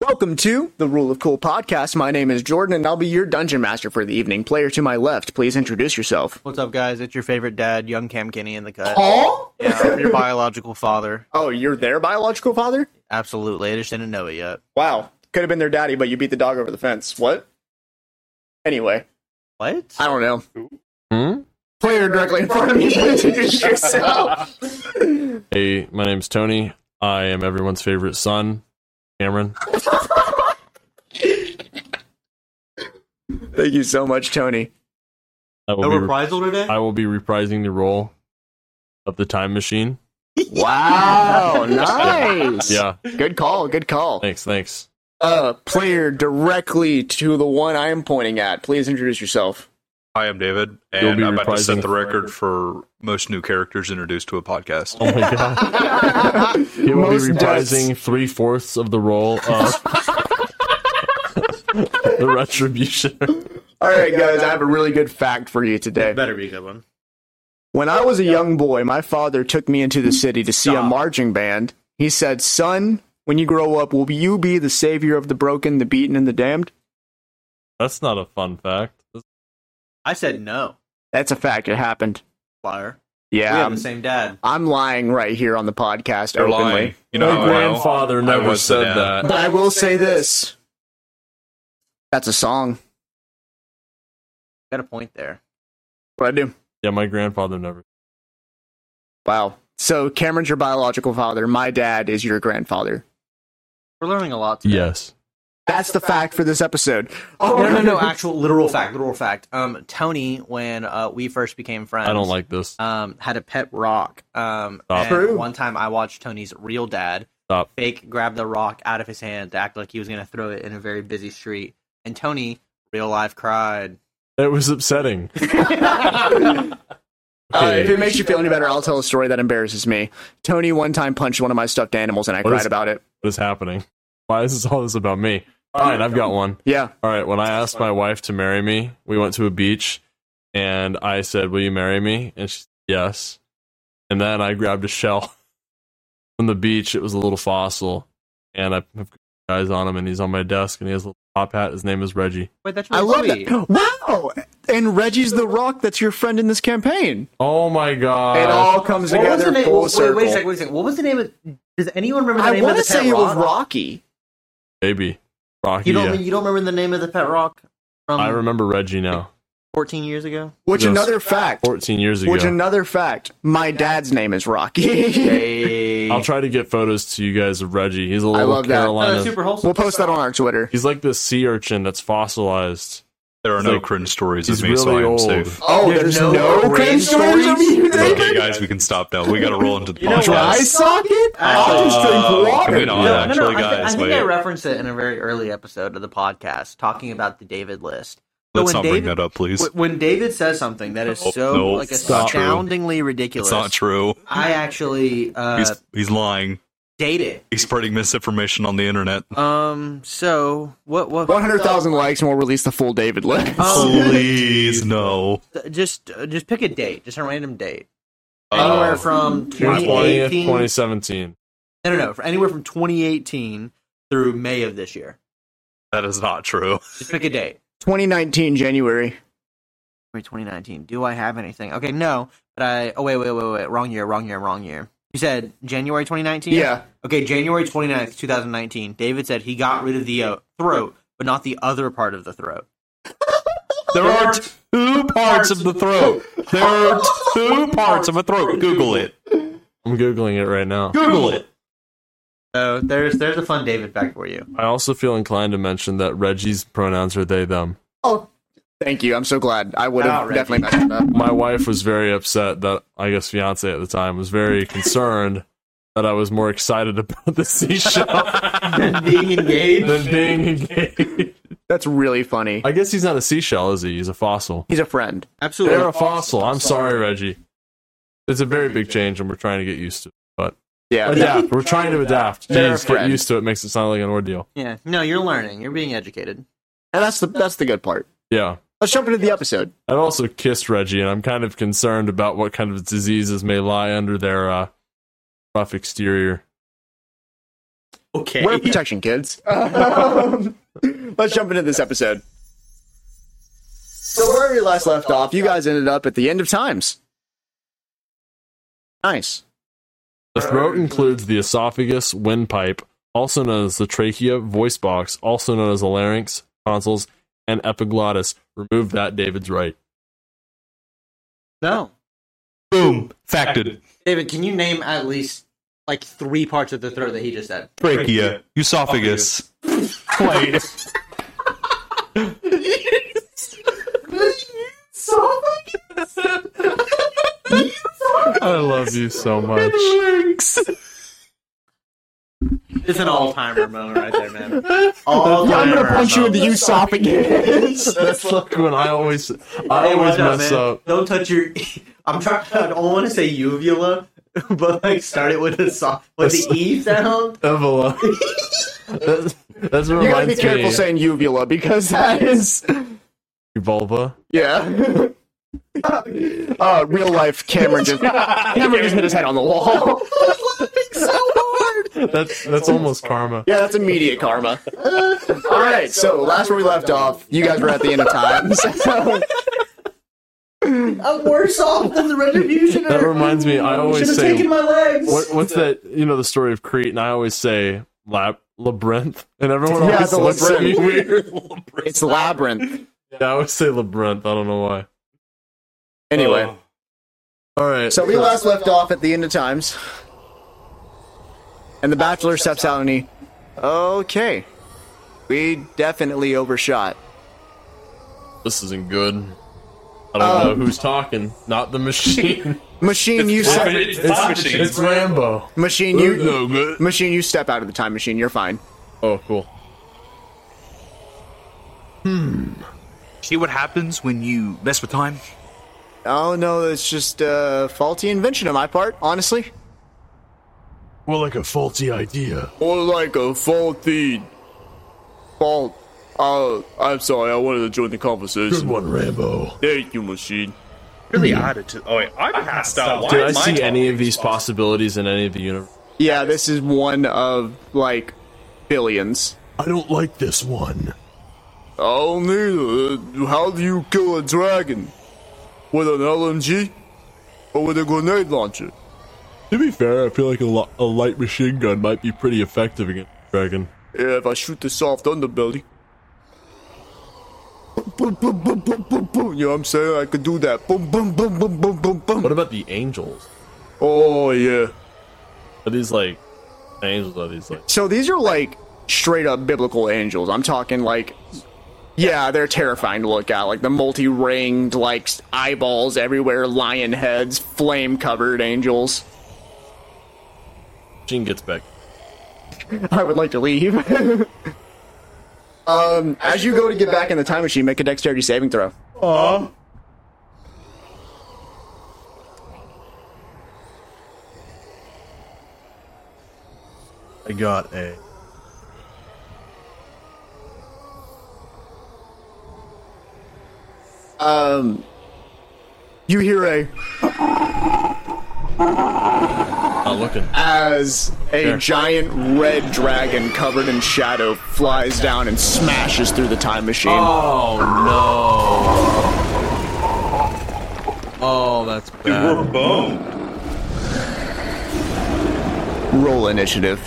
Welcome to the Rule of Cool podcast. My name is Jordan, and I'll be your dungeon master for the evening. Player to my left, please introduce yourself. What's up, guys? It's your favorite dad, young Cam Kinney in the cut. Yeah, I'm your biological father. Oh, you're their biological father? Absolutely. I just didn't know it yet. Wow. Could have been their daddy, but you beat the dog over the fence. What? Anyway, What? I don't know. Hmm? Player directly in front of me, introduce yourself. Hey, my name's Tony. I am everyone's favorite son, Cameron. Thank you so much, Tony. I will, No be, reprisal today? I will be reprising the role of the time machine. Wow, nice. Yeah, Good call. Good call. thanks, thanks. Uh, player directly to the one I am pointing at. Please introduce yourself. Hi, I'm David, You'll and be I'm about to reprising- set the record for most new characters introduced to a podcast. Oh my god. He will Most be deaths. reprising three fourths of the role of the retributioner. All right, guys, I have a really good fact for you today. Better be a good one. When I was a young boy, my father took me into the city to see a Mm-hmm. Stop. marching band. He said, Son, when you grow up, will you be the savior of the broken, the beaten, and the damned? That's not a fun fact. I said no. That's a fact. It happened. Liar. we Yeah. have I'm, the same dad. I'm lying right here on the podcast You're openly. lying. You know, My how I know? grandfather I never was the said dad. that. But I will say this that's a song. Got a point there. What I do. Yeah, my grandfather never. Wow. So Cameron's your biological father. My dad is your grandfather. We're learning a lot today. Yes. That's the fact for this episode. Oh, no, no, no. Actual literal fact. Literal fact. Um, Tony, when uh, we first became friends, I don't like this. um, had a pet rock. Um, Stop. and True. One time I watched Tony's real dad Stop. fake grab the rock out of his hand to act like he was going to throw it in a very busy street. And Tony, real life, cried. It was upsetting. Uh, if it makes you feel any better, I'll tell a story that embarrasses me. Tony one time punched one of my stuffed animals, and I What cried is- about it. What is happening? Why is this all this about me? All right, I've got one. Yeah. All right, when I asked my wife to marry me, we went to a beach and I said, Will you marry me? And she said, Yes. And then I grabbed a shell from the beach. It was a little fossil. And I have guys on him and he's on my desk and he has a little top hat. His name is Reggie. Wait, that's I really love sweet. that. Wow. And Reggie's the rock that's your friend in this campaign. Oh my god. it all comes What was the together name? full wait, circle. Wait, a second. Wait a second. What was the name of? Does anyone remember the I name of want the to pet say it was rock? Rocky. Baby. Rocky. You don't. yeah. You don't remember the name of the pet rock from I remember Reggie now. 14 years ago? Which Yes. another fact. 14 years ago. Which another fact. My dad's name is Rocky. Hey. I'll try to get photos to you guys of Reggie. He's a little love that. Oh, Carolina. that's super wholesome. we'll post that on our Twitter. he's like this sea urchin that's fossilized. There are no like- cringe stories he's of me, so I really am old. safe. Oh, There's there's, no no, brain cringe stories of stories? you, Okay, David? guys, we can stop now. We got to roll into the You know what? Dry podcast. socket? I'll just Uh, drink water. moving No, on, no, no, actually, I, thi- guys. I think wait. I referenced it in a very early episode of the podcast, talking about the David list. But when Let's not bring David- that up, please. Wh- When David says something that is Nope, so nope, like it's not true. astoundingly ridiculous, It's not true. I actually uh, He's he's lying. date it. He's spreading misinformation on the internet. Um. So what? What? 100,000 likes and we'll release the full David list. Um, Please no. just uh, just pick a date, just a random date. Uh, Anywhere from 20th, 2018. 2017. No, no, no. For anywhere from 2018 through May of this year. that is not true. Just pick a date. 2019 January. Wait, 2019. Do I have anything? Okay, no. But I. Oh wait, wait, wait, wait. Wrong year. Wrong year. Wrong year. You said January 2019. Yeah. Okay, January 29th, 2019. David said he got rid of the uh, throat, but not the other part of the throat. There are two parts of the throat. There are two parts of a throat. Google it. I'm googling it right now. Google it. So there's there's a fun David fact for you. I also feel inclined to mention that Reggie's pronouns are they them. Oh, thank you. I'm so glad. I would Wow, have Reggie. definitely messed it up. My wife was very upset that I guess fiance at the time was very concerned that I was more excited about the seashell Being engaged. than being engaged. That's really funny. I guess he's not a seashell, is he? He's a fossil. He's a friend. Absolutely. They're a fossil. I'm sorry, Reggie. It's a very big change, and we're trying to get used to. it. But Oh, Yeah. adapt. We're trying to adapt. They're a Jeez, get friend. used to it. Makes it sound like an ordeal. Yeah. No, you're learning. You're being educated. And that's the that's the good part. Yeah. Let's jump into the episode. I've also kissed Reggie, and I'm kind of concerned about what kind of diseases may lie under their uh, rough exterior. Okay. Wear protection, kids. Um, let's jump into this episode. So where we last left off, you guys ended up at the end of times. Nice. The throat includes the esophagus, windpipe, also known as the trachea, voice box, also known as the larynx, tonsils, and epiglottis. Remove that, David's right. No. Boom. Facted. David, can you name at least like three parts of the throat that he just said? Trachea. Esophagus. Wait. I love you so much. It's an all timer moment right there, man. All I'm gonna punch you in the esophagus. That's like when I always, Oh, I always mess up. Don't touch your. I'm trying. I don't want to say uvula, but like start it with a soft with the e sound. Evola. That's, that's what You gotta be reminds careful me. saying uvula because that is Vulva. yeah. Uh, real life Cameron just Cameron just hit his head on the wall. That's that's almost karma. Yeah, that's immediate karma. All right, so last where we left off, you guys were at the end of times. I'm worse off than the retribution. That reminds me. I always Should have say, taken my legs. what, what's that? You know the story of Crete, and I always say lab, labyrinth, and everyone Yeah, always the looks at me labyrinth. weird. it's labyrinth. Yeah, I always say labyrinth. I don't know why. Anyway, All right. so we last left off at the end of times, and the bachelor steps out and he, okay, we definitely overshot. this isn't good. I don't Um, know who's talking. Not the machine. Machine, you step, It's time machine. it's Rambo. machine, You you no good. machine, you step out of the time machine. You're fine. Oh, cool. See what happens when you mess with time? Oh no, it's just a faulty invention on my part, honestly. Well, like a faulty idea. Or like a faulty fault. Uh, I'm sorry, I wanted to join the conversation. one, Rambo. Thank you, machine. Really odd. To, oh, wait. I passed out. Did I Why is my see talk- any of these possibilities in any of the universe? Yeah, this is one of like billions. I don't like this one. Oh, neither. How do you kill a dragon? With an LMG? Or with a grenade launcher? To be fair, I feel like a, lo- a light machine gun might be pretty effective against a dragon. Yeah, if I shoot the soft underbelly. Boom, boom, boom, boom, boom, boom. You know what I'm saying? I could do that. Boom, boom, boom, boom, boom, boom, What boom. about the angels? Oh, yeah. Are these like angels? Are these like So these are like straight up biblical angels. I'm talking like, yeah, they're terrifying to look at. Like the multi ringed, like eyeballs everywhere, lion heads, flame covered angels. machine gets back? I would like to leave. um, as you go to get back in the time machine, make a dexterity saving throw. I got a. Um, You hear a Not looking. as a Sure. giant red dragon covered in shadow flies down and smashes through the time machine. Oh no! Oh, that's Uh, bad. We're boned. Roll initiative.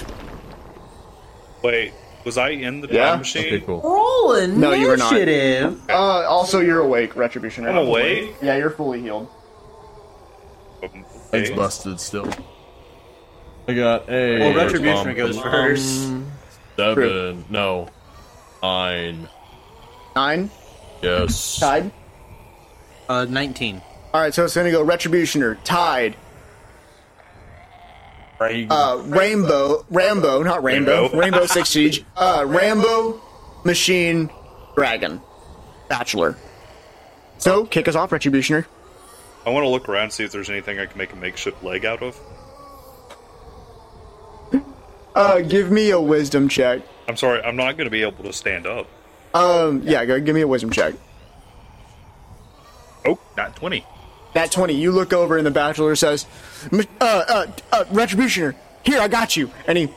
Wait. Was I in the time Yeah. machine? Okay, cool. Rolling No, you were not. initiative. Uh, also, you're awake, retribution. I'm Oh. awake. Yeah, you're fully healed. um, It's Okay. busted still. I got a. Well, retribution um, goes first. Seven. True. No. Nine. Nine, Yes. tied. Uh, 19. All right, so it's gonna go retributioner, tied, uh, rainbow, Rambo, not Rainbow, Rainbow, Rainbow. Six Siege, uh, Rambo, machine, dragon, bachelor. So kick us off, retributioner. I want to look around see if there's anything I can make a makeshift leg out of. Uh, give me a wisdom check. I'm sorry, I'm not going to be able to stand up. Um, yeah, go give me a wisdom check. Oh, not 20. That 20, you look over and the bachelor says, "M- uh, uh, uh, Retributioner, here, I got you. And he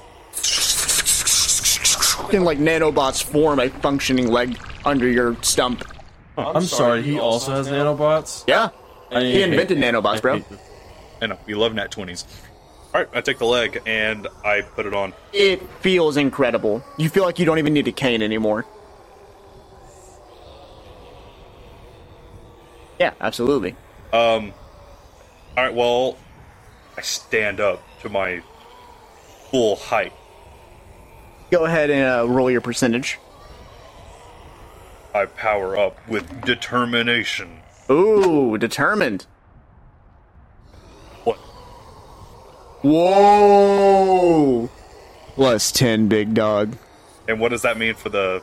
can like nanobots form a functioning leg under your stump. I'm, sorry, he also has nanobots. Yeah, I he hate- invented nanobots, bro. I know. We love nat 20s. All right, I take the leg and I put it on. It feels incredible. You feel like you don't even need a cane anymore. Yeah, absolutely. All right, well, I stand up to my full height. Go ahead and uh, roll your percentage. I power up with determination. Ooh, determined. What? Whoa! Plus 10, big dog. And what does that mean for the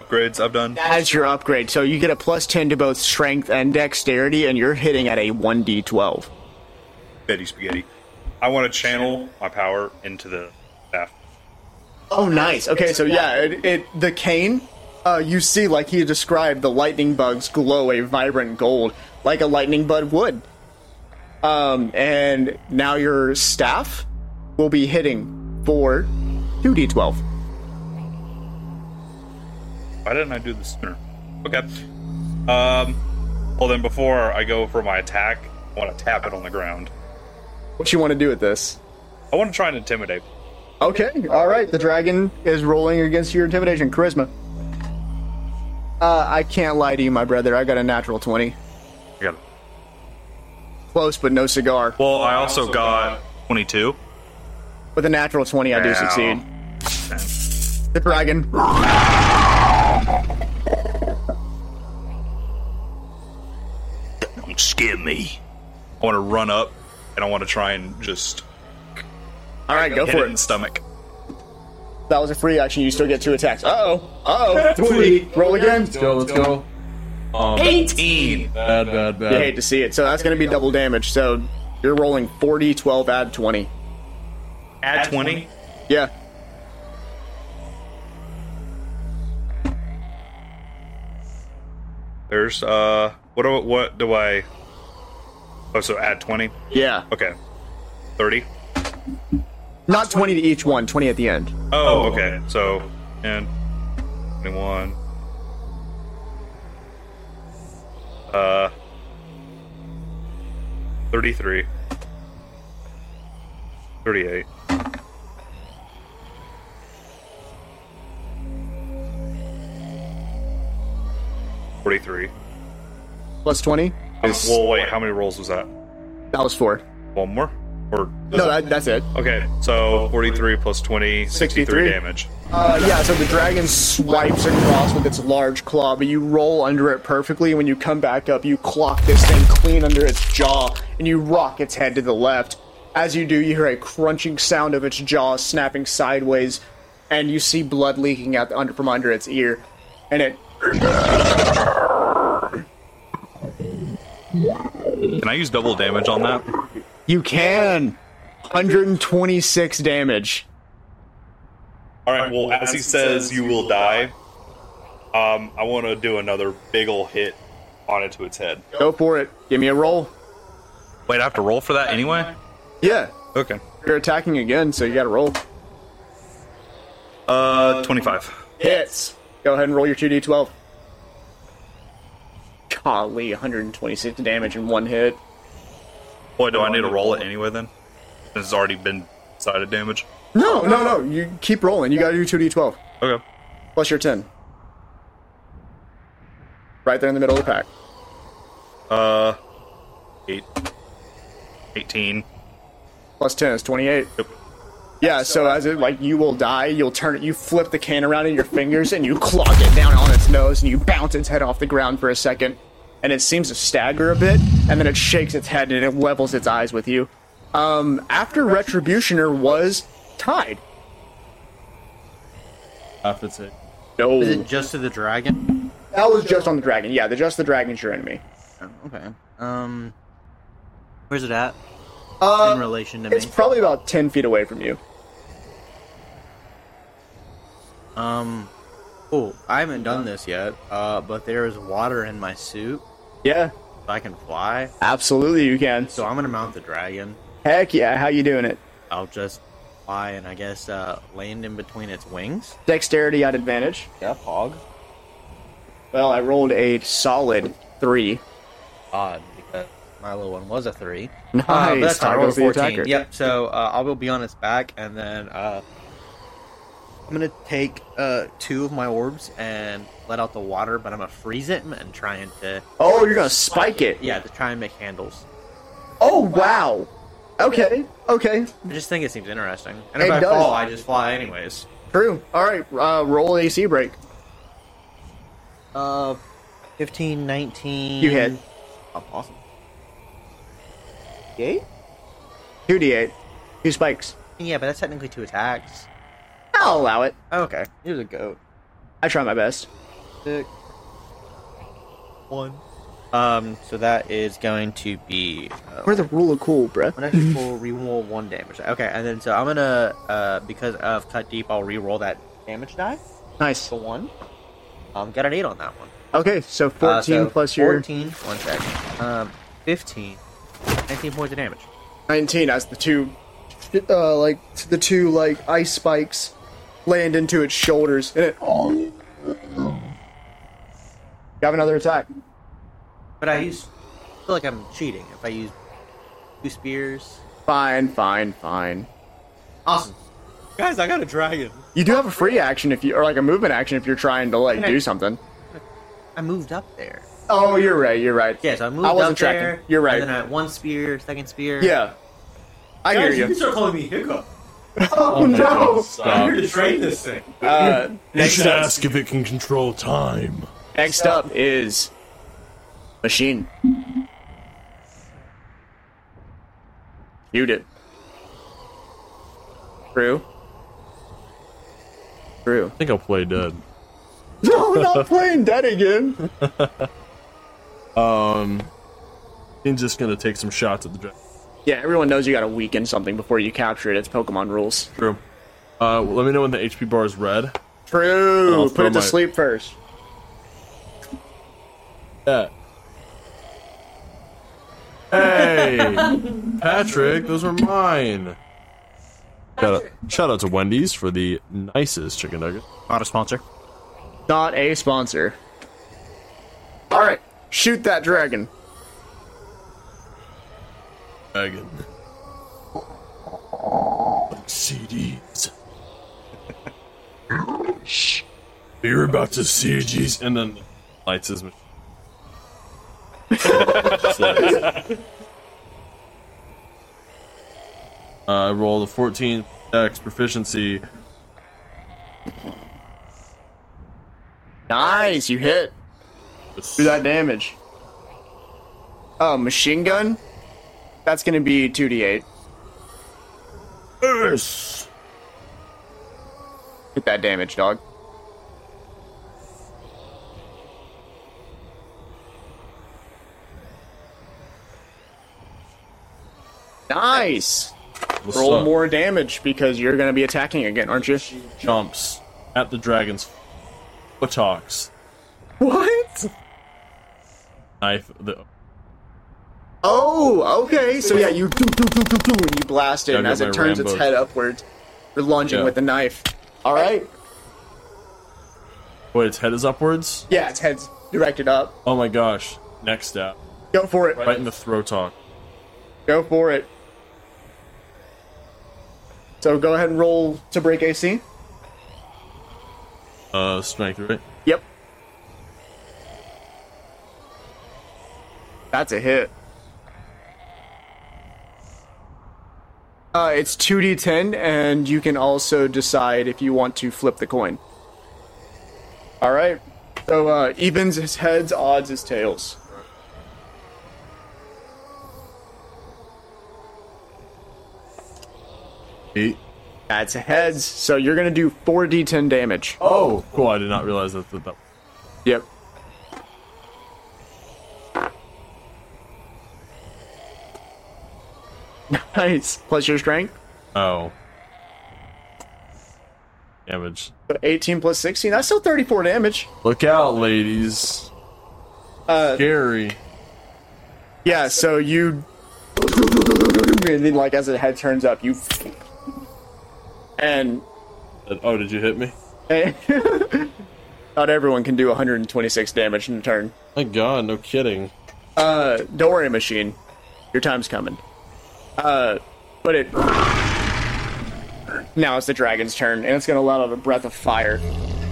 upgrades I've done? That's your upgrade. So you get a plus 10 to both strength and dexterity, and you're hitting at a 1d12. Betty Spaghetti. I want to channel my power into the staff. Oh, nice. Okay, so yeah, it, it the cane. Uh, you see, like he described, the lightning bugs glow a vibrant gold, like a lightning bug would. Um, and now your staff will be hitting for two d twelve. Why didn't I do this sooner? Okay. Um, well, then before I go for my attack, I want to tap it on the ground. What you want to do with this? I want to try and intimidate. Okay, all right. The dragon is rolling against your intimidation charisma. Uh, I can't lie to you, my brother. I got a natural twenty. I got it. Close, but no cigar. Well, I also got 22. With a natural twenty, I do Ow. succeed. The dragon Don't scare me. I want to run up and I want to try and just All right, go hit for it it. in the stomach. That was a free action. You still get two attacks. Uh oh. Uh oh. Roll again. Let's go, let's go. 18. Um, Bad, bad, You hate bad. to see it. So that's going to be double damage. So you're rolling 40, 12, add 20. Add 20. Yeah. There's uh, what do what do I? Oh, so add 20. Yeah. Okay, 30. Not 20 to each one, 20 at the end. Oh, okay. So and 21. Uh, 33. 38. Forty-three. Plus 20? Well, wait. How many rolls was that? That was four. One more? Or No, that, that's it. Okay, so 43 plus 20, 63, 63. damage. Uh, yeah, so the dragon swipes across with its large claw, but you roll under it perfectly. When you come back up, you clock this thing clean under its jaw, and you rock its head to the left. As you do, you hear a crunching sound of its jaw snapping sideways, and you see blood leaking out under, from under its ear, and it Can I use double damage on that? you can 126 damage. All right, well, as he says, you will die. Um, I want to do another big ol' hit on it to its head. Go for it. Give me a roll. Wait, I have to roll for that anyway? Yeah, Okay. you're attacking again, so you got to roll. Uh, 25. Hits. Go ahead and roll your 2d12. Golly, 126 damage in one hit. Boy, do I need to roll it anyway then? This has already been decided damage. No, no, no. You keep rolling. You gotta do 2d12. Okay. Plus your 10. Right there in the middle of the pack. Uh, 8. 18. Plus 10 is 28. Yep. Yeah, so as it, like, you will die, you'll turn it, you flip the can around in your fingers and you clog it down on its nose and you bounce its head off the ground for a second. And it seems to stagger a bit, and then it shakes its head and it levels its eyes with you. Um, after Retributioner was tied. Half its hit. No. Is it just to the dragon? That was just on the dragon. Yeah, the just the dragon's your enemy. Okay. Um, where's it at in Uh, relation to me? it's probably about 10 feet away from you. Um, oh, I haven't done this yet. Uh, but there is water in my suit. Yeah, If I can fly, absolutely you can. so I'm gonna mount the dragon. Heck yeah, how you doing it? I'll just fly and I guess uh, land in between its wings. Dexterity at advantage. Yeah, hog. Well, I rolled a solid three. Odd because my little one was a three. Nice. Uh, but that's fine. I rolled Tyler's a the 14. attacker. Yep. So uh, I will be on its back, and then uh, I'm gonna take uh, two of my orbs and let out the water, but I'm gonna freeze it and trying to Oh, you're gonna spike it. yeah to try and make handles. Oh wow. Okay. Okay. I just think it seems interesting. And if It I does. fall, I just fly anyways. True. All right. Uh, roll AC break. Uh, 15, 19. You hit. Oh, awesome. Eight? Two d8. Two spikes. Yeah, but that's technically two attacks. I'll allow it. Okay, here's a goat. I try my best. Six. One. Um, so that is going to be. Uh, We're the rule of cool, bruh. when I should roll, re-roll one damage. Okay, and then so I'm gonna, uh, because of cut deep, I'll re-roll that damage die. Nice. The one. Um, got an eight on that one. Okay, so 14 Uh, so plus your 14. One sec. Um, 15. 19 points of damage. 19 as the two, uh, like the two like ice spikes land into its shoulders, and it. You have another attack. But I use. I feel like I'm cheating if I use two spears. Fine, fine, fine. Awesome. Guys, I got a dragon. You do have a free action if you, or like a movement action if you're trying to like do something. I moved up there. Oh, you're right. You're right. Yeah, so I moved I wasn't up tracking. there. You're right. And then I had one spear, second spear. Yeah, I hear Guys, you you. can start calling me Hiccup. Oh no! I'm here to train this thing. Uh, You should ask if it can control time. next up is machine. Shoot it. True. True. I think I'll play dead. No, we're not playing dead again. He's just gonna take some shots at the dragon. Yeah, everyone knows you gotta weaken something before you capture it. It's Pokemon rules. True. Uh, well, let me know when the HP bar is red. True. I'll Put throw it to my- sleep first. Yeah. Hey, Patrick, those are mine. Shout out, shout out to Wendy's for the nicest chicken nugget. Not a sponsor. Not a sponsor. All right, shoot that dragon. Dragon. Like CDs. You're about to see these, and then lights his machine. I Uh, roll the 14 X proficiency. Nice, you hit. Do that damage. Oh, machine gun? That's gonna be 2d8. Yes. Hit that damage, dog. Nice! What's Roll up? more damage because you're gonna be attacking again, aren't you? jumps at the dragon's buttocks. What? Knife. The, Oh, okay. So yeah, you do, do, do, do, do, and you blast it, Yeah, I and got as my it turns its Rambo. head upward, you're lunging Yeah. with the knife. All right. wait, its head is upwards. Yeah, its head's directed up. Oh my gosh! Next stab, Go for it. right in the throat talk. Go for it. So go ahead and roll to break AC. Uh, strength, right? Yep. That's a hit. Uh, it's 2d10, and you can also decide if you want to flip the coin. Alright. So, uh, evens is heads, odds is tails. Eight. That's heads, so you're gonna do 4d10 damage. Oh, cool! I did not realize that. that, that Yep. Nice. Plus your strength. oh, damage. So 18 plus 16. That's still 34 damage. Look out, ladies! Uh, Scary. Yeah, so you. And then, like, as the head turns up, you and Oh, did you hit me? not everyone can do 126 damage in a turn. My God, no kidding. Uh, don't worry, machine. Your time's coming. Uh, but it. Now it's the dragon's turn, and it's gonna let out a breath of fire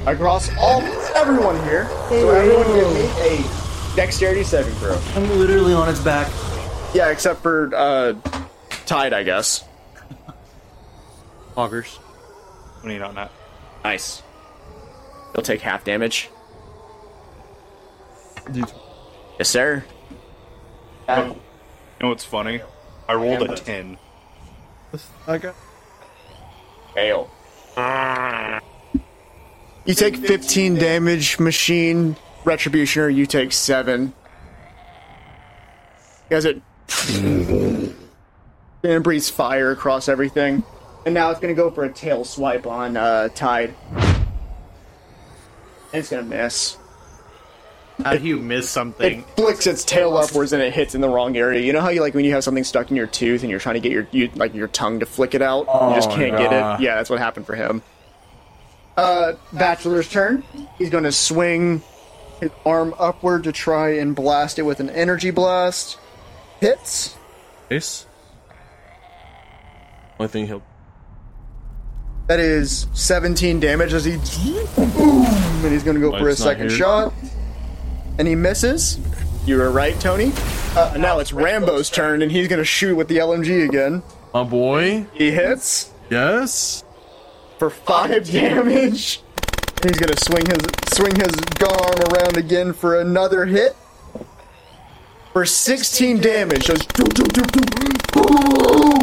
across all everyone here. So everyone give me a dexterity saving throw. I'm literally on its back. Yeah, except for uh, Tide, I guess. Augers. When you on that. Nice. They'll take half damage. Yes, sir. You know what's funny? I rolled a ten. Fail. You take 15 damage, machine. Retributioner, you take 7. You guys, it. and breathes fire across everything. And now it's gonna go for a tail swipe on uh, Tide. And it's gonna miss. How do you miss something? It flicks its tail upwards and it hits in the wrong area. You know how you like when you have something stuck in your tooth and you're trying to get your you, like your tongue to flick it out, you just can't get nah. it. Yeah, that's what happened for him. Uh, Bachelor's turn. He's going to swing his arm upward to try and blast it with an energy blast. Hits. Ace. I think he'll. That is 17 damage as he boom, and he's going to go for a Light's Oh, not second here. shot, and he misses. You were right, Tony. Uh, now it's Rambo's turn, and he's going to shoot with the LMG again. My boy. He hits Yes. for five damage. And he's gonna swing his swing his gun arm around again for another hit. For 16 damage, just do, do, do, do, boom,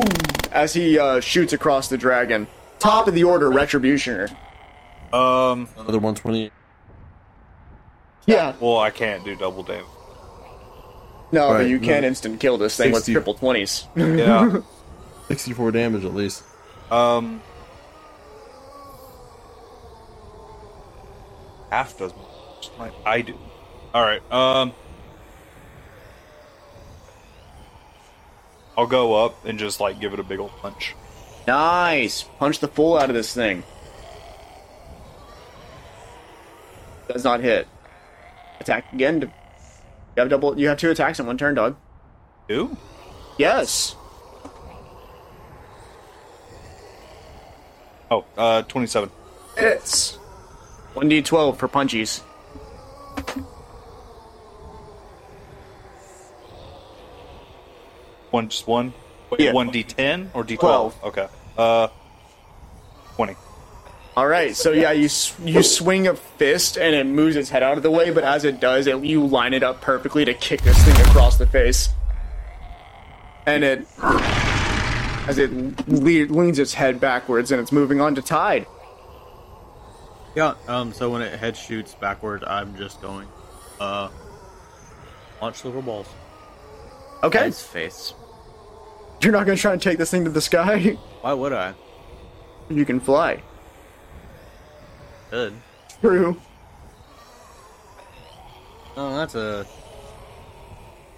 as he uh, shoots across the dragon. Top of the order, Retributioner. Um. Another 120. Yeah, Well, I can't do double damage. no, but Right, you no. can instant kill this thing 60. with triple twenties. Yeah. 64 damage at least. um. Half does more. damage than I I do. All right. Um. I'll go up and just like give it a big old punch. Nice. Punch the fool out of this thing. Does not hit. Attack again. You have double. You have two attacks in one turn, dog. Two. Yes. Oh, uh, twenty-seven. Hits. 1d12 for punchies. One, just one. Wait, Yeah. one d10 or d12? Twelve. Okay. Uh, twenty. All right, so yeah, you s- you swing a fist and it moves its head out of the way, but as it does, it, you line it up perfectly to kick this thing across the face, and it as it le- leans its head backwards and it's moving on to Tide. Yeah. Um. So when it head shoots backward, I'm just going, uh, launch little balls. Okay, Nice face. you're not gonna try and take this thing to the sky. Why would I? you can fly. Good. True. Oh, that's a,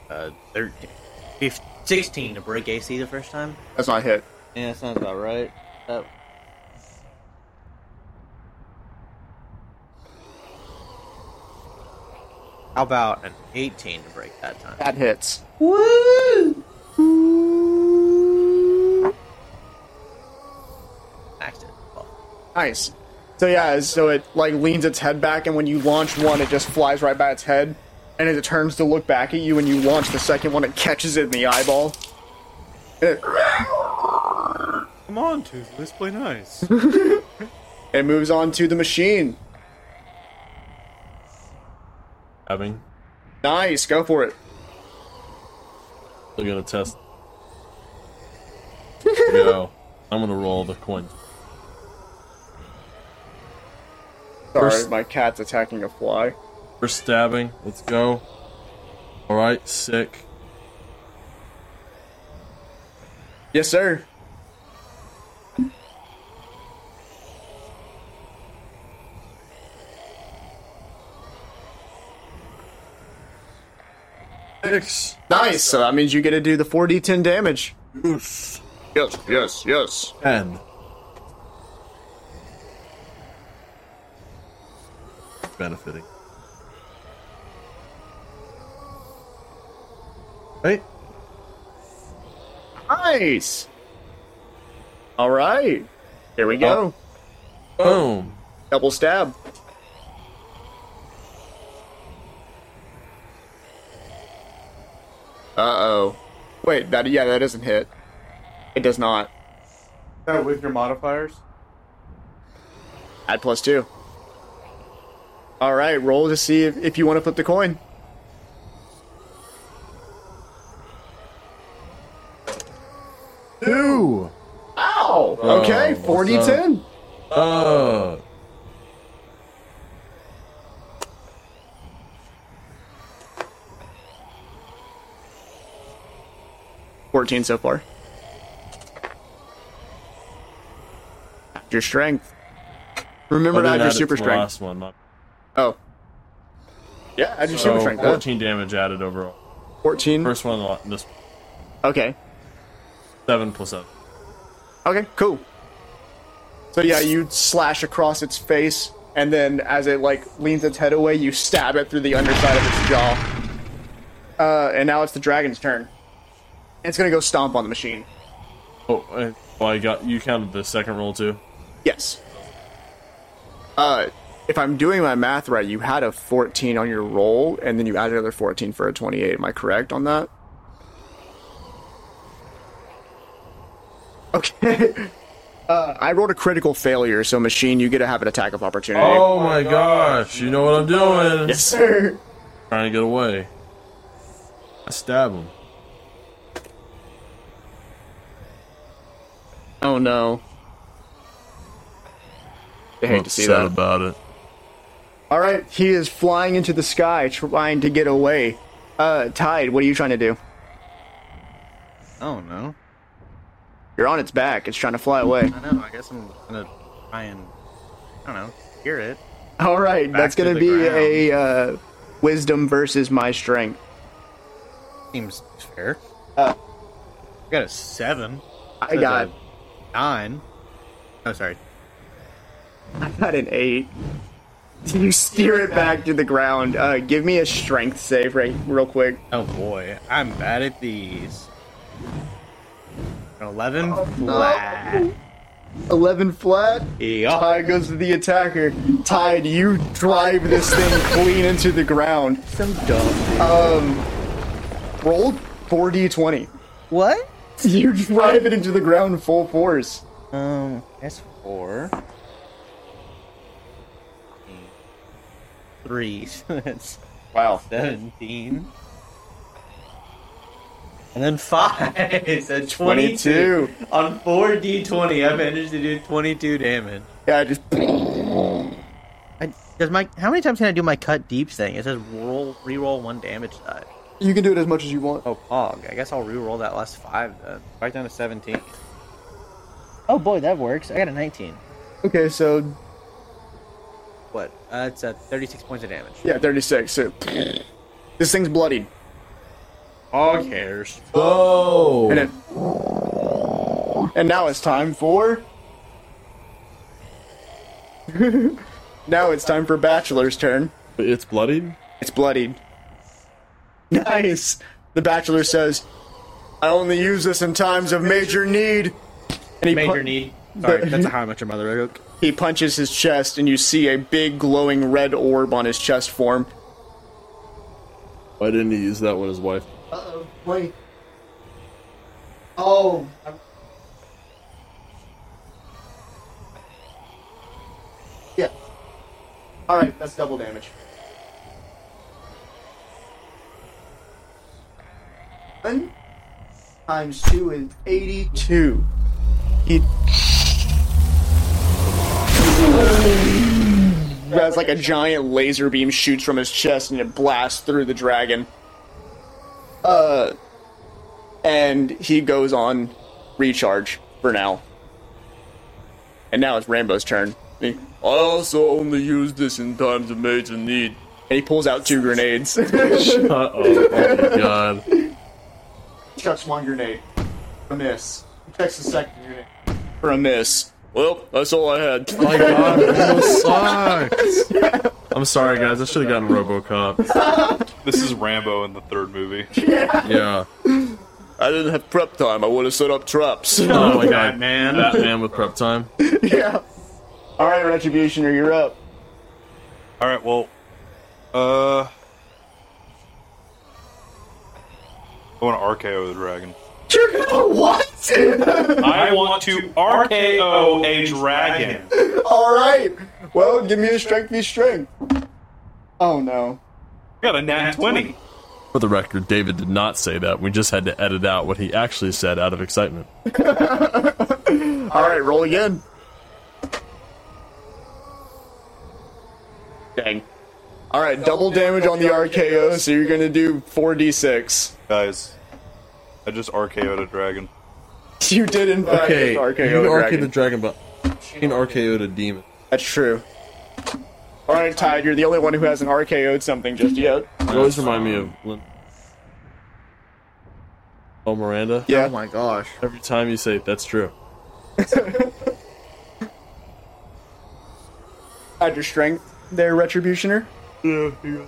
a 13, 15, 16 to break AC the first time. That's not hit. Yeah, that sounds about right. That- How about an 18 to break that time? That hits. Maxed it. Well, Nice. So yeah, so it like leans its head back, and when you launch one, it just flies right by its head. And as it turns to look back at you, and you launch the second one, it catches it in the eyeball. And it, Come on, Tooth. Let's play nice. it moves on to the machine. Having. Nice, go for it. They're gonna test. Yo, I'm gonna roll the coin. Sorry, First- my cat's attacking a fly. We're stabbing. Let's go. All right, sick. Yes, sir. Six. Nice. So that means you get to do the 4d10 damage. Yes, yes, yes. Ten. benefiting. Right? Nice. All right. Here we go. Boom. Double stab. Uh oh. Wait, that yeah, that doesn't hit. It does not. That with your modifiers? Add plus two. All right, roll to see if, if you want to put the coin. Two! Ow! Oh, Okay, what's 40 up? 10. Uh. oh, Fourteen so far. Add Your strength. Remember Oh, to then add add your it super to the strength. Last one. my- Oh. Yeah, add your So, super strength. Fourteen. 14 damage added overall. 14. First one, lo- this Okay. seven plus seven. Okay, cool. So yeah, you slash across its face, and then as it like leans its head away, you stab it through the underside of its jaw. Uh, and now it's the dragon's turn. It's gonna go stomp on the machine. Oh, I, well, I got you counted the second roll too. Yes. Uh, if I'm doing my math right, you had a 14 on your roll, and then you added another 14 for a 28. Am I correct on that? Okay. Uh, I rolled a critical failure, so machine, you get to have an attack of opportunity. Oh my gosh, you know what I'm doing. yes, sir. Trying to get away. I stab him. Oh no. I hate I'm to see upset that. about it. All right, he is flying into the sky, trying to get away. Uh, Tide, what are you trying to do? Oh no. You're on its back. It's trying to fly away. I know. I guess I'm gonna try and I don't know. Hear it. All right, Back that's to going to the be ground. a uh, wisdom versus my strength. Seems fair. I got a seven. I got a nine. Oh, sorry. I got an eight. You steer it back to the ground. Uh, give me a strength save, right, real quick. Oh boy, I'm bad at these. An Eleven flat. Eleven flat. Yeah. Tide goes to the attacker. Tide, you drive this thing clean into the ground. So dumb. Um, roll four d twenty. What? You drive it into the ground full force. Um, that's four. Three. So that's Wow. 17. And then 5. so 22. Twenty-two. On 4d20, I managed to do 22 damage. Yeah, just I, does my How many times can I do my cut deeps thing? It says roll, reroll one damage die. you can do it as much as you want. Oh, pog. I guess I'll reroll that last 5 then. Back down to 17. Oh boy, that works. I got a 19. Okay, so What? Uh, it's uh, 36 points of damage. yeah, thirty-six. So this thing's bloodied, Pog cares. Oh! and it and now it's time for. now it's time for Bachelor's turn. It's bloodied. It's bloodied. Nice. The bachelor says, "I only use this in times of major need." And he Major pu- need. Sorry, but- that's a how much your mother wrote. He punches his chest, and you see a big glowing red orb on his chest form. Why didn't he use that when his wife? Uh-oh, wait. Oh. Yeah. Alright, that's double damage. One times two is 82. He. As like a giant laser beam shoots from his chest and it blasts through the dragon and he goes on recharge for now. And now it's Rambo's turn. He, I also only use this in times of major need. And he pulls out two grenades. Uh oh. my God. chucks one grenade. A miss. He chucks the second grenade. For a miss. Well, that's all I had. my god, Rambo sucks! I'm sorry, guys. I should have gotten RoboCop. This is Rambo in the third movie. Yeah. I didn't have prep time. I would have set up traps. Oh my god, Batman. Batman with prep time. yeah. All right, Retributioner, you're up. All right, well, uh, I want to RKO the dragon. You're gonna what? I want to RKO a dragon. All right. Well, give me a strength v strength. Oh no. got a nat twenty. For the record, David did not say that. We just had to edit out what he actually said out of excitement. All right, roll again. Dang. All right, double damage on the RKO, so you're gonna do 4d6. Guys, I just RKO'd a dragon. You did in fact Okay, RKO you dragon. RK the dragon, but she can RKO the demon. That's true. All right, Tide, you're the only one who hasn't RKO'd something just yet. You always remind me of Lin- Oh Miranda. Yeah. Oh my gosh. Every time you say that's true. Add your strength there, Retributioner. Just you.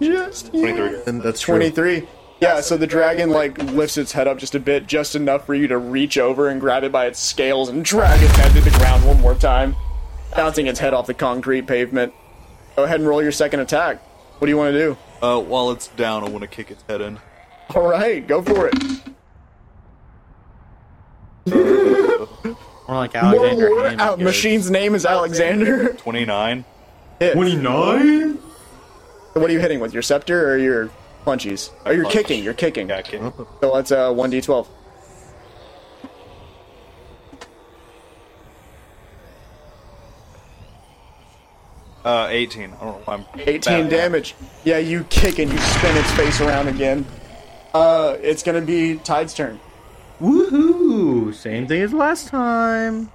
Twenty-three. And that's true. 23. Yeah, so the dragon like lifts its head up just a bit, just enough for you to reach over and grab it by its scales and drag its head to the ground one more time, bouncing its head off the concrete pavement. Go ahead and roll your second attack. What do you want to do? Uh, while it's down, I want to kick its head in. All right, go for it. More like More Alexander. lore. Hammond Out- goes. Uh, machine's name is Alexander. Twenty-nine. Twenty-nine. what are you hitting with your scepter or your punchies? Oh, you're Punch. kicking. You're kicking. Yeah, kick. So that's uh, 1d12. Uh, eighteen. I don't know why I'm. 18 bad. damage. Yeah, you kick and you spin its face around again. Uh, it's gonna be Tide's turn. Woohoo! Same thing as last time.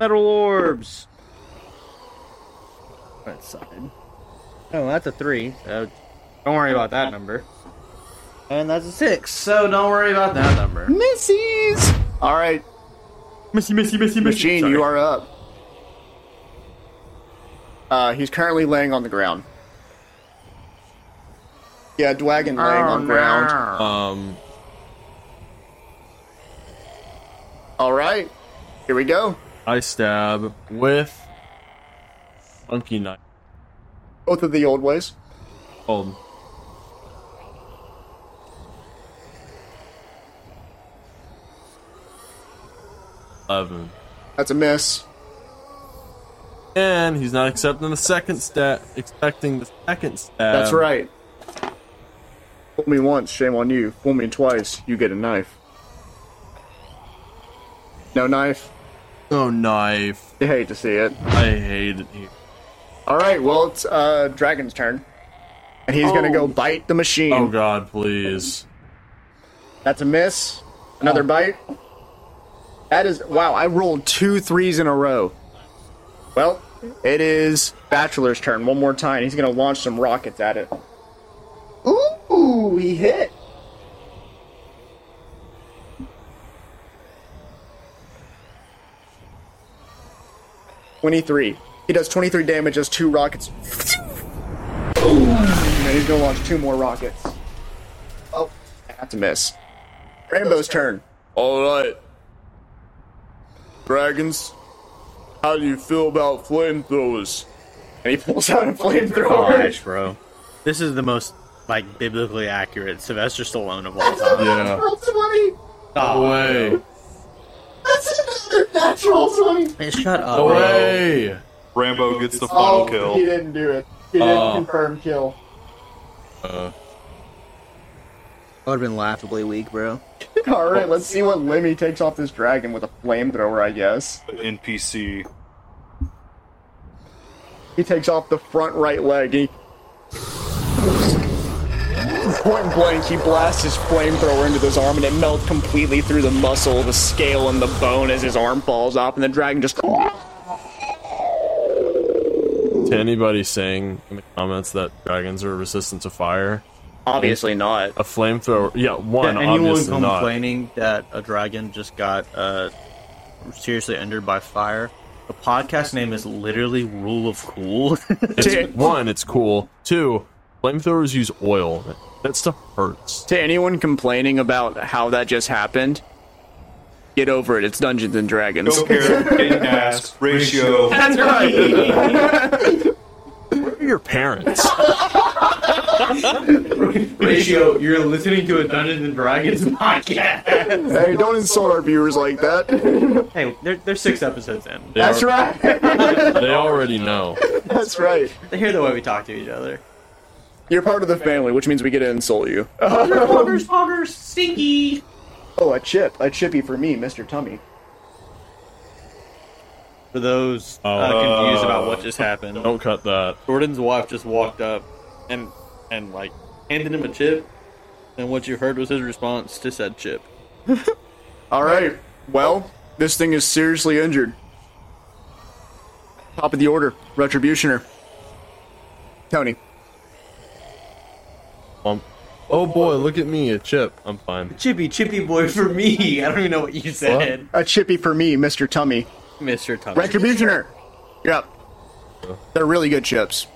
Metal orbs. Right side. Oh, that's a three. So don't worry about that number. And that's a six. So don't worry about that number. Misses. All right, Missy, missy, missy, missy. Machine, you are up. Uh, he's currently laying on the ground. Yeah, Dwagon laying on ground. Um All right, here we go. I stab with Funky Knife. Both of the old ways. Hold. Eleven. That's a miss. And he's not accepting the second stat expecting the second stab. That's right. Fool me once, shame on you. Fool me twice, you get a knife. No knife. Oh knife. You hate to see it. I hate it here. All right, well it's uh, Dragon's turn, and he's gonna go bite the machine. Oh god, please. That's a miss. Another bite. That is wow. I rolled two threes in a row. Well, it is Bachelor's turn. One more time. He's gonna launch some rockets at it. Ooh, he hit. Twenty-three. He does twenty-three damage. Does two rockets. And he's gonna launch two more rockets. Oh, that's a miss. Rambo's turn. Alright. Dragons, how do you feel about flamethrowers? And he pulls out a flamethrower. Gosh, bro. This is the most like biblically accurate Sylvester Stallone of all time. Yeah. Natural 20! Oh, Away. That's another natural 20! man, shut up. bro. Away. Rambo gets the final Oh, he kill. didn't do it. He didn't Oh. confirm kill. That would have been laughably weak, bro. Alright, let's see what Lemmy takes off this dragon with a flamethrower, I guess. NPC. He takes off the front right leg. He. Point blank, he blasts his flamethrower into his arm and it melts completely through the muscle, the scale, and the bone as his arm falls off, and the dragon just. To anybody saying in the comments that dragons are resistant to fire, Obviously not. a flamethrower. Yeah, one To anyone obviously not. complaining that a dragon just got uh, seriously injured by fire, The podcast name is literally Rule of Cool. To, One, it's cool. Two, flamethrowers use oil. That, that stuff hurts. to anyone complaining about how that just happened, get over it. It's Dungeons and Dragons. Don't care. Getting ass ratio. That's right. Where are your parents? Ratio, you're listening to a Dungeons and Dragons podcast. hey, don't insult our viewers like that. hey, they're, they're six episodes in. They That's al- right. They already know. That's right. They hear the way we talk to each other. You're part of the family, which means we get to insult you. Poggers, poggers, stinky. Oh, a chip. A chippy for me, Mr. Tummy. For those Oh, uh, confused about what just happened, Don't cut that. Jordan's wife just walked up and and like handed him a chip, and what you heard was his response to said chip. All right. Well, this thing is seriously injured. Top of the order, Retributioner. Tony. Um, oh boy, look at me, a chip. I'm fine. Chippy, chippy boy for me. I don't even know what you said, A chippy for me, Mr. Tummy. Mister Tummy. Retributioner. You're up. They're really good chips.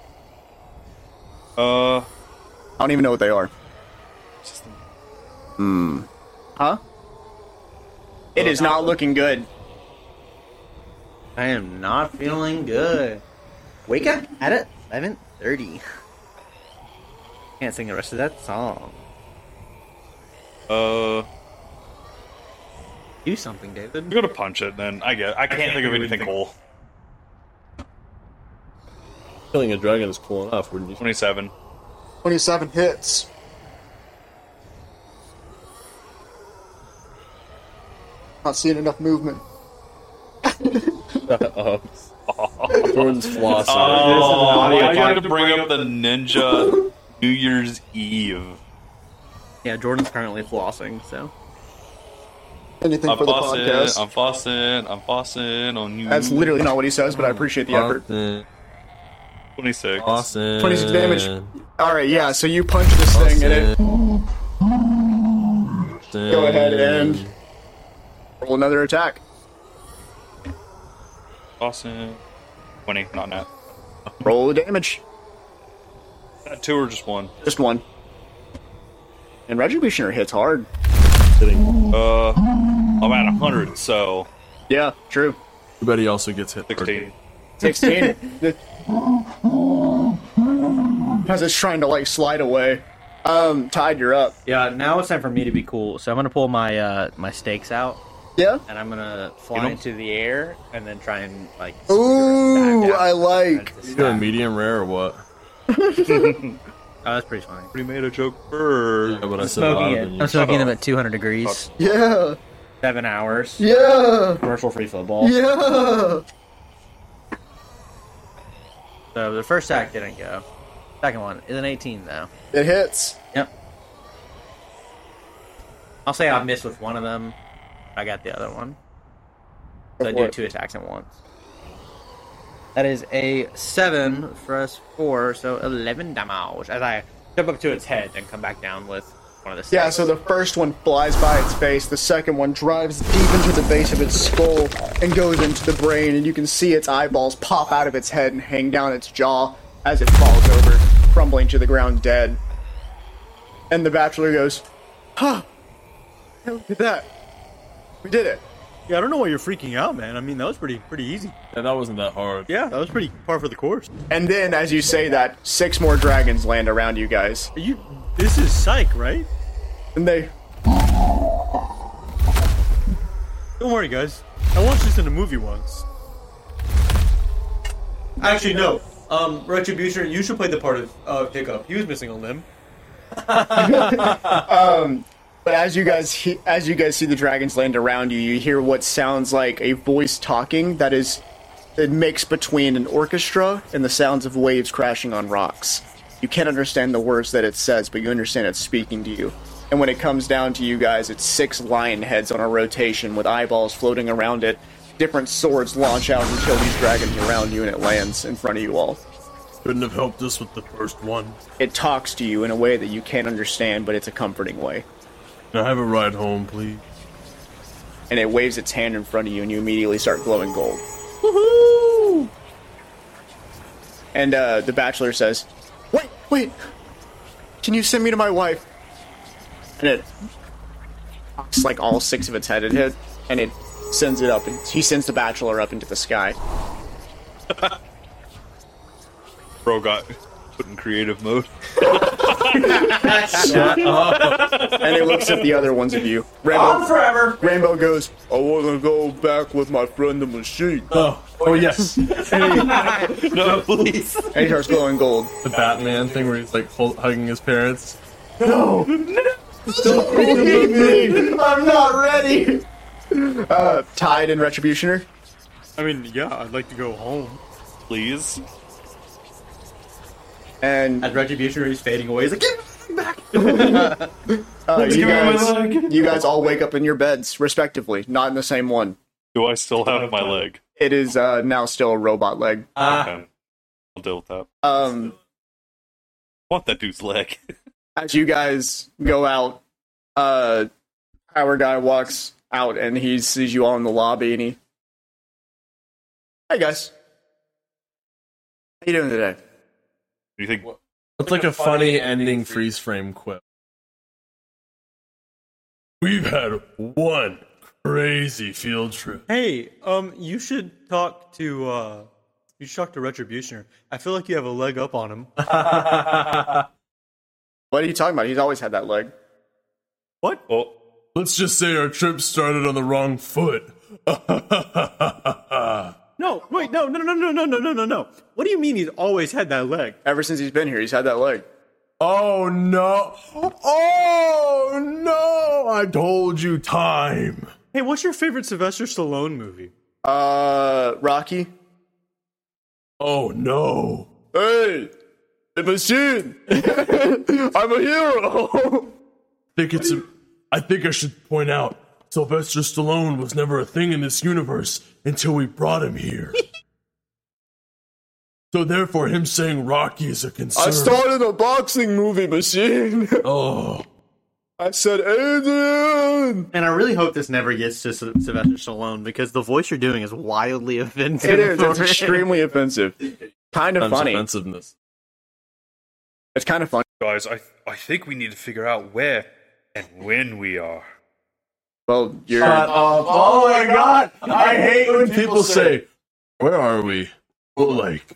Uh, I don't even know what they are. Hmm. Huh? It is not looking good. I am not feeling good. Wake up at eleven thirty. Can't sing the rest of that song. uh, I'm Do something, David. gonna punch it. Then I get. I can't think of anything cool. Killing a dragon is cool enough, wouldn't you? Twenty-seven. 27 hits. Not seeing enough movement. Jordan's flossing. Oh, I got to bring up the ninja New Year's Eve. Yeah, Jordan's currently flossing, so Anything I'm for the flossing. podcast. I'm flossing. I'm flossing on you. That's literally not what he says, but I appreciate the effort. Austin, twenty-six. Austin. 26 damage. All right, yeah. So you punch this thing and it. Go ahead and roll another attack. Flossing. Twenty. Not net. Roll the damage. That Uh, two or just one. Just one. And Retributioner hits hard. Uh, I'm at hundred. So Yeah, true. Everybody also gets hit. sixteen. 16. The- As it's trying to like slide away. Um, Tide, you're up. yeah. Now it's time for me to be cool. So I'm gonna pull my uh my stakes out. Yeah? and I'm gonna fly into the air and then try and like. Ooh, Yeah. I like. That's You the doing stat. medium rare or what? Oh, that's pretty funny. We made a joke for. Yeah, but I said a lot of I'm them. smoking them at 200 degrees, Yeah, seven hours, yeah, commercial free football. yeah. So the first act didn't go. Second one is an 18 though. It hits. Yep. I'll say I missed with one of them. I got the other one. So I do What? two attacks at once. That is a seven for us four, so eleven damage. As I jump up to its head and come back down with one of the. Yeah, stakes. so the first one flies by its face, the second one drives deep into the base of its skull and goes into the brain, and you can see its eyeballs pop out of its head and hang down its jaw as it falls over, crumbling to the ground dead. And the bachelor goes, Huh, hey, look at that. We did it. Yeah, I don't know why you're freaking out, man. I mean, that was pretty pretty easy. Yeah, that wasn't that hard. Yeah, that was pretty par for the course. And then, as you say that, six more dragons land around you guys. You, this is psych, right? And they, Don't worry, guys. I watched this in a movie once. Actually, no. Um, Retribution, you should play the part of uh, Hiccup. He was missing a limb. But as you guys he- as you guys see the dragons land around you, you hear what sounds like a voice talking that is it makes between an orchestra and the sounds of waves crashing on rocks. You can't understand the words that it says, but you understand it's speaking to you. And when it comes down to you guys, it's six lion heads on a rotation with eyeballs floating around it. Different swords launch out and kill these dragons around you, and it lands in front of you all. Couldn't have helped us with the first one. It talks to you in a way that you can't understand, but it's a comforting way. Can I have a ride home, please? and it waves its hand in front of you, and you immediately start glowing gold. Woohoo! And uh, the bachelor says, "Wait, wait! Can you send me to my wife?" And it knocks like all six of its head at hit, and it sends it up. And he sends the bachelor up into the sky. Bro got put in creative mode. and it looks at the other ones of you. Rainbow, forever. Rainbow goes, I want to go back with my friend the machine. Oh, oh yes, the no, please. And he starts glowing gold. Batman thing where he's like hold, hugging his parents. I'm not ready. Uh, tied and Retributioner. I mean, yeah, I'd like to go home. Please. And As Retribution is fading away, he's like, "Give it back!" uh, you, give me my guys, leg. you guys all wake up in your beds, respectively, not in the same one. Do I still have my leg? It is uh, now still a robot leg. Ah. okay. I'll deal with that. Um, want that dude's leg. as you guys go out, uh, our guy walks out and he sees you all in the lobby and he, hey guys, how you doing today? you think It's like a funny ending freeze frame quip. We've had one crazy field trip. Hey, um, you should talk to uh, you should talk to Retributioner. I feel like you have a leg up on him. What are you talking about? He's always had that leg. What? Oh, Let's just say our trip started on the wrong foot. No, wait, no, no, no, no, no, no, no, no, no. What do you mean he's always had that leg? Ever since he's been here, he's had that leg. oh no. Oh no. I told you time. Hey, what's your favorite Sylvester Stallone movie? Uh, Rocky. Oh no. Hey, the machine. I'm a hero. think it's. a- I think I should point out Sylvester Stallone was never a thing in this universe until we brought him here. so therefore, him saying Rocky is a concern. a boxing movie, machine. Oh, I said, Adrian. And I really hope this never gets to Sy- Sylvester Stallone because the voice you're doing is wildly offensive. It is. It's for extremely offensive. Kind of funny. offensiveness. It's kind of funny. guys, I I think we need to figure out where and when we are. Well, you're. Uh, oh my god! I hate when People say, "Where are we?" Well, like,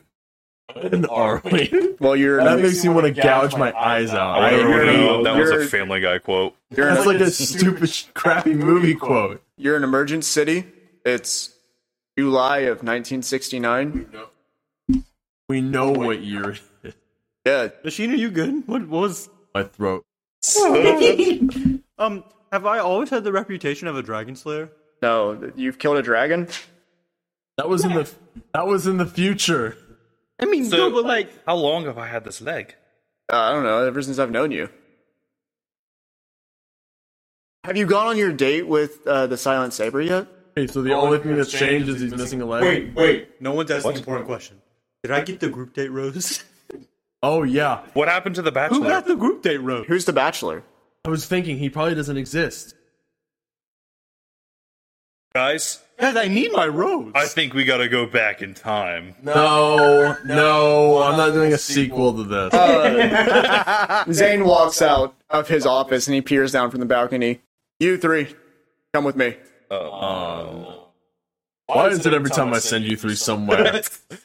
when are we? well, you're. that makes me want to gouge my eyes out. I agree. don't know. That was You're- a Family Guy quote. You're in, That's a, like a stupid, crappy movie quote. you're in Emergent City. It's July of 1969. We know what year. it is. Yeah. Machine, are you good? What, what was? My throat. Um, have I always had the reputation of a dragon slayer? No, you've killed a dragon. That was in the. That was in the future. I mean, no, but like, How long have I had this leg? Uh, I don't know. Ever since I've known you. Have you gone on your date with uh, the Silent Saber yet? Okay, so the only thing that's changed is he's missing a leg. Wait, wait. no one's asking the important question. Did I get the group date rose? Oh yeah, What happened to the Bachelor? Who got the group date rose? Who's the Bachelor? I was thinking he probably doesn't exist. guys, Guys, I need my rose. I think we gotta go back in time. No, no, I'm not doing a sequel Oh, to this. Uh, Zane walks out of his office and he peers down from the balcony. You three, come with me. Why is it every time I send you through somewhere?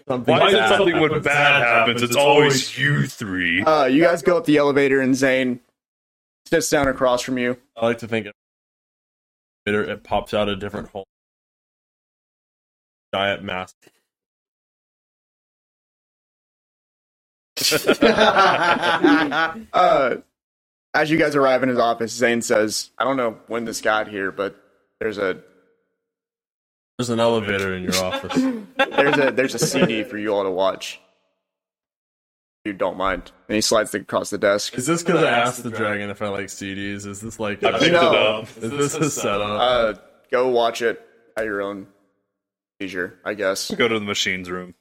Something Why did bad something when happens? bad happens? It's always you three. Uh, you guys go up the elevator and Zane sits down across from you. I like to think it, it, it pops out a different hole. Giant mask. Uh, as you guys arrive in his office, Zane says, I don't know when this got here, but there's a There's an elevator in your office. there's a there's a CD for you all to watch. If you don't mind. And he slides it across the desk. Is this because I asked the dragon if I like CDs? Is this like I picked a, No. it up. is this a setup? Uh, go watch it at your own leisure, I guess. Go to the machines room.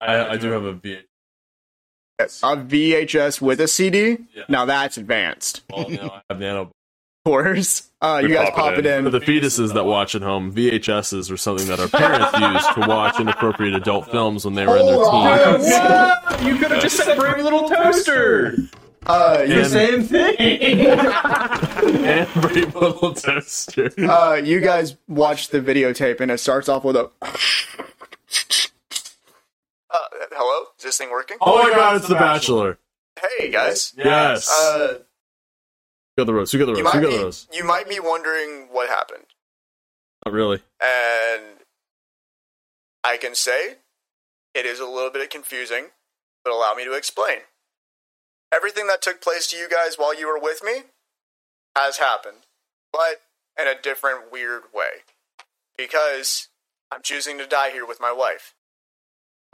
I, I do have a V. Uh, A VHS with a CD? Now that's advanced. Well, no, I have nano. course. Uh, We you guys pop it pop it in. in. For the fetuses that watch at home, VHSs are something that our parents used to watch inappropriate adult films when they were in their teens. You could have just said Brave Little Toaster. Uh, you, Same thing. And Brave Little Toaster. uh, you guys watch the videotape, and it starts off with a. Uh, hello, is this thing working? Oh my god, it's The Bachelor. Hey guys. Yes. Uh, Who got the rose? Who got the you might rose? Who got the be rose? you might be wondering what happened, Not really. and I can say it is a little bit confusing, but allow me to explain. Everything that took place to you guys while you were with me has happened, but in a different weird way, because I'm choosing to die here with my wife.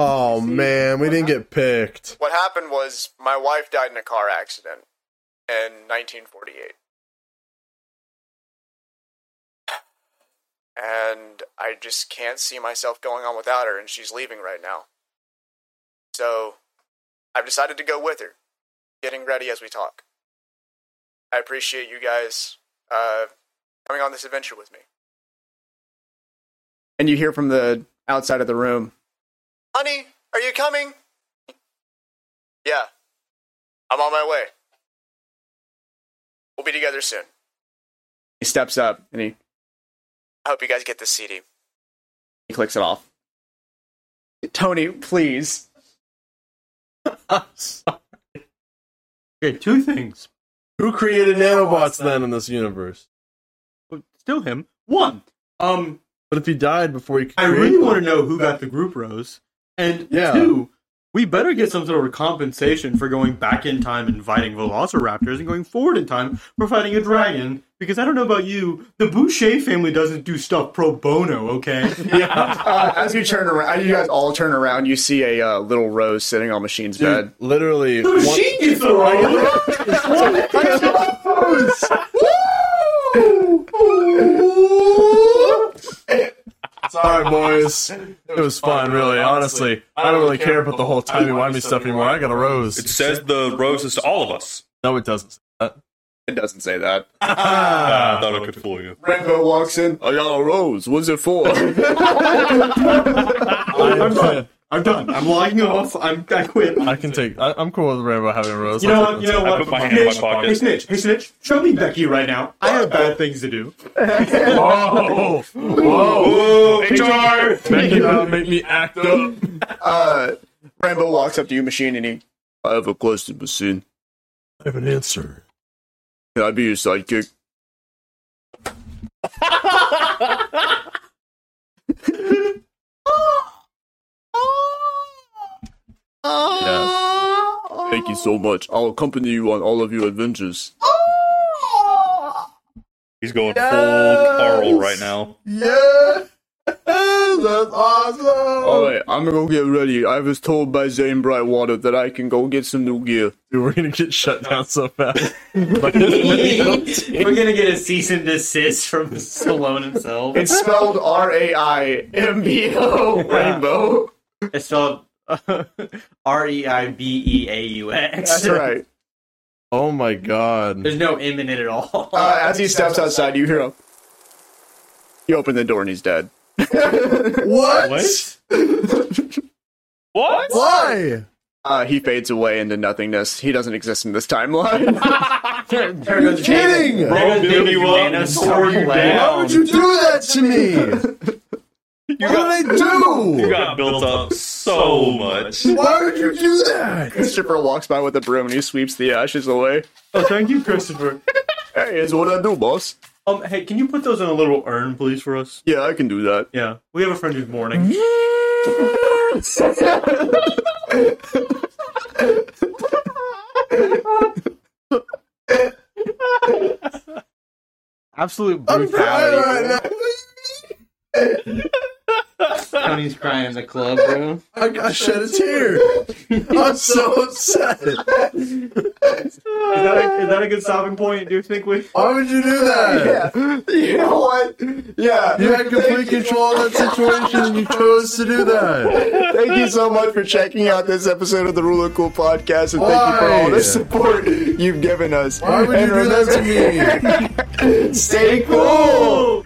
Oh man, we didn't get picked. What happened was my wife died in a car accident in 1948. And I just can't see myself going on without her, and she's leaving right now. So I've decided to go with her, getting ready as we talk. I appreciate you guys uh, coming on this adventure with me. And you hear from the outside of the room Honey, are you coming? Yeah. I'm on my way. We'll be together soon. He steps up and he. I hope you guys get this CD. He clicks it off. Tony, please. Okay, two things. Who created nanobots then in this universe? Still him. One. Um, But if he died before he could I create really them- want to know who got the group rose. And Yeah. two, we better get some sort of compensation for going back in time and fighting velociraptors and going forward in time for fighting a dragon. Because I don't know about you, the Boucher family doesn't do stuff pro bono, okay? Uh, as you turn around, as you guys all turn around, you see a uh, little rose sitting on Machine's bed. Dude, literally The one- machine gets the rose. Sorry, boys. It was fun, really. Honestly, I don't really care about the whole timey wimey stuff anymore. I got a It rose. says the roses to all of us. No, it doesn't. It doesn't say that. I thought I could fool you. Rainbow walks in. I got a rose. What's it for? I'm done. I'm done. I'm logging off. I'm, I quit. I can take. I, I'm cool with Rainbow having a rose. You know what? You know what? I put my hand in my pocket. Hey, Snitch. Hey, Snitch. Show me Becky right now. I have bad things to do. Whoa! Whoa! Oh, HR! Becky, that make me act up. uh, Rainbow walks up to you, Machine, and he. I have a question, Machine. I have an answer. Can I be your sidekick? Yeah. Thank you so much. I'll accompany you on all of your adventures. He's going full Carl right now. All right, I'm gonna go get ready. I was told by Zane Brightwater that I can go get some new gear. Dude, we're gonna get shut down so fast. Like, it's We're gonna get a cease and desist from Stallone himself. It's spelled R A I M B O Rainbow. It's spelled R E I B E A U X. That's right. oh my god! There's no M in it at all. Uh, as he steps outside, you hear him. You open the door and he's dead. What? What? Why? Uh, he fades away into nothingness. He doesn't exist in this timeline. there goes Kidding! Why Bro, dude, Baby you Nano up, tore you Starland. down. would you do that to me? what did You I got built up so much. do? Why would you do that? Christopher walks by with a broom and he sweeps the ashes away. Oh, thank you, Christopher. Hey, is what I do, boss. Um, hey, can you put those in a little urn, please, for us? Yeah, I can do that. Yeah, we have a friend who's mourning. Absolute I'm brutality. crying right now. Tony's crying in the club, bro. I got shed a tear. I'm so upset. Is that, a, is that a good stopping point? Do you think we? Why would you do that? You know what? Yeah. You had complete control of that situation and you chose to do that. Thank you so much for checking out this episode of the Rule of Cool podcast, and thank you for all Why? the support you've given us. Why would and you do that to me? stay cool.